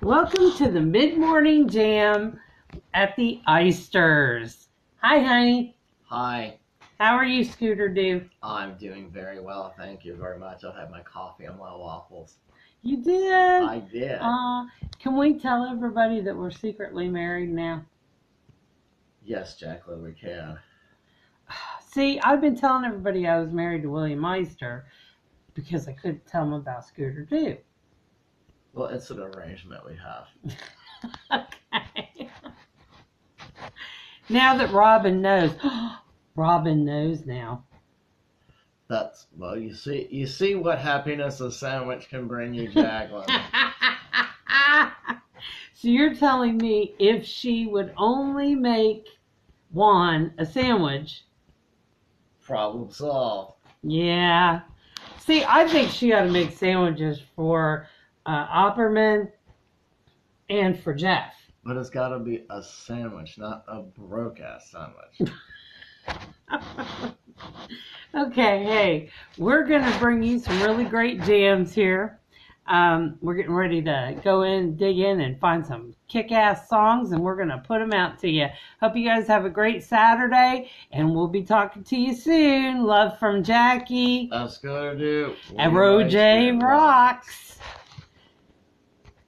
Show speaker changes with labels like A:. A: Welcome to the mid morning jam at the Eisters. Hi, honey.
B: Hi,
A: How are you, Scooter Doo?
B: I'm doing very well. Thank you very much. I had my coffee and my waffles.
A: You did.
B: I did.
A: Aw, can we tell everybody that we're secretly married now?
B: Yes, Jacqueline, we can.
A: See, I've been telling everybody I was married to William Eister because I couldn't tell them about Scooter Doo.
B: Well, it's an arrangement we have.
A: Okay. now that Robin knows, Robin knows now.
B: That's well. You see, you see what happiness a sandwich can bring you, Jacqueline.
A: so you're telling me if she would only make Juan a sandwich,
B: Problem solved.
A: yeah. See, I think she ought to make sandwiches for uh, Opperman and for Jeff.
B: But it's got to be a sandwich, not a broke ass sandwich.
A: Okay, hey, we're gonna bring you some really great jams here. Um, we're getting ready to go in, dig in, and find some kick-ass songs, and we're gonna put them out to you. Hope you guys have a great Saturday, and we'll be talking to you soon. Love from Jackie
B: That's gonna do.
A: and Roe J
B: Rock.
A: Rocks.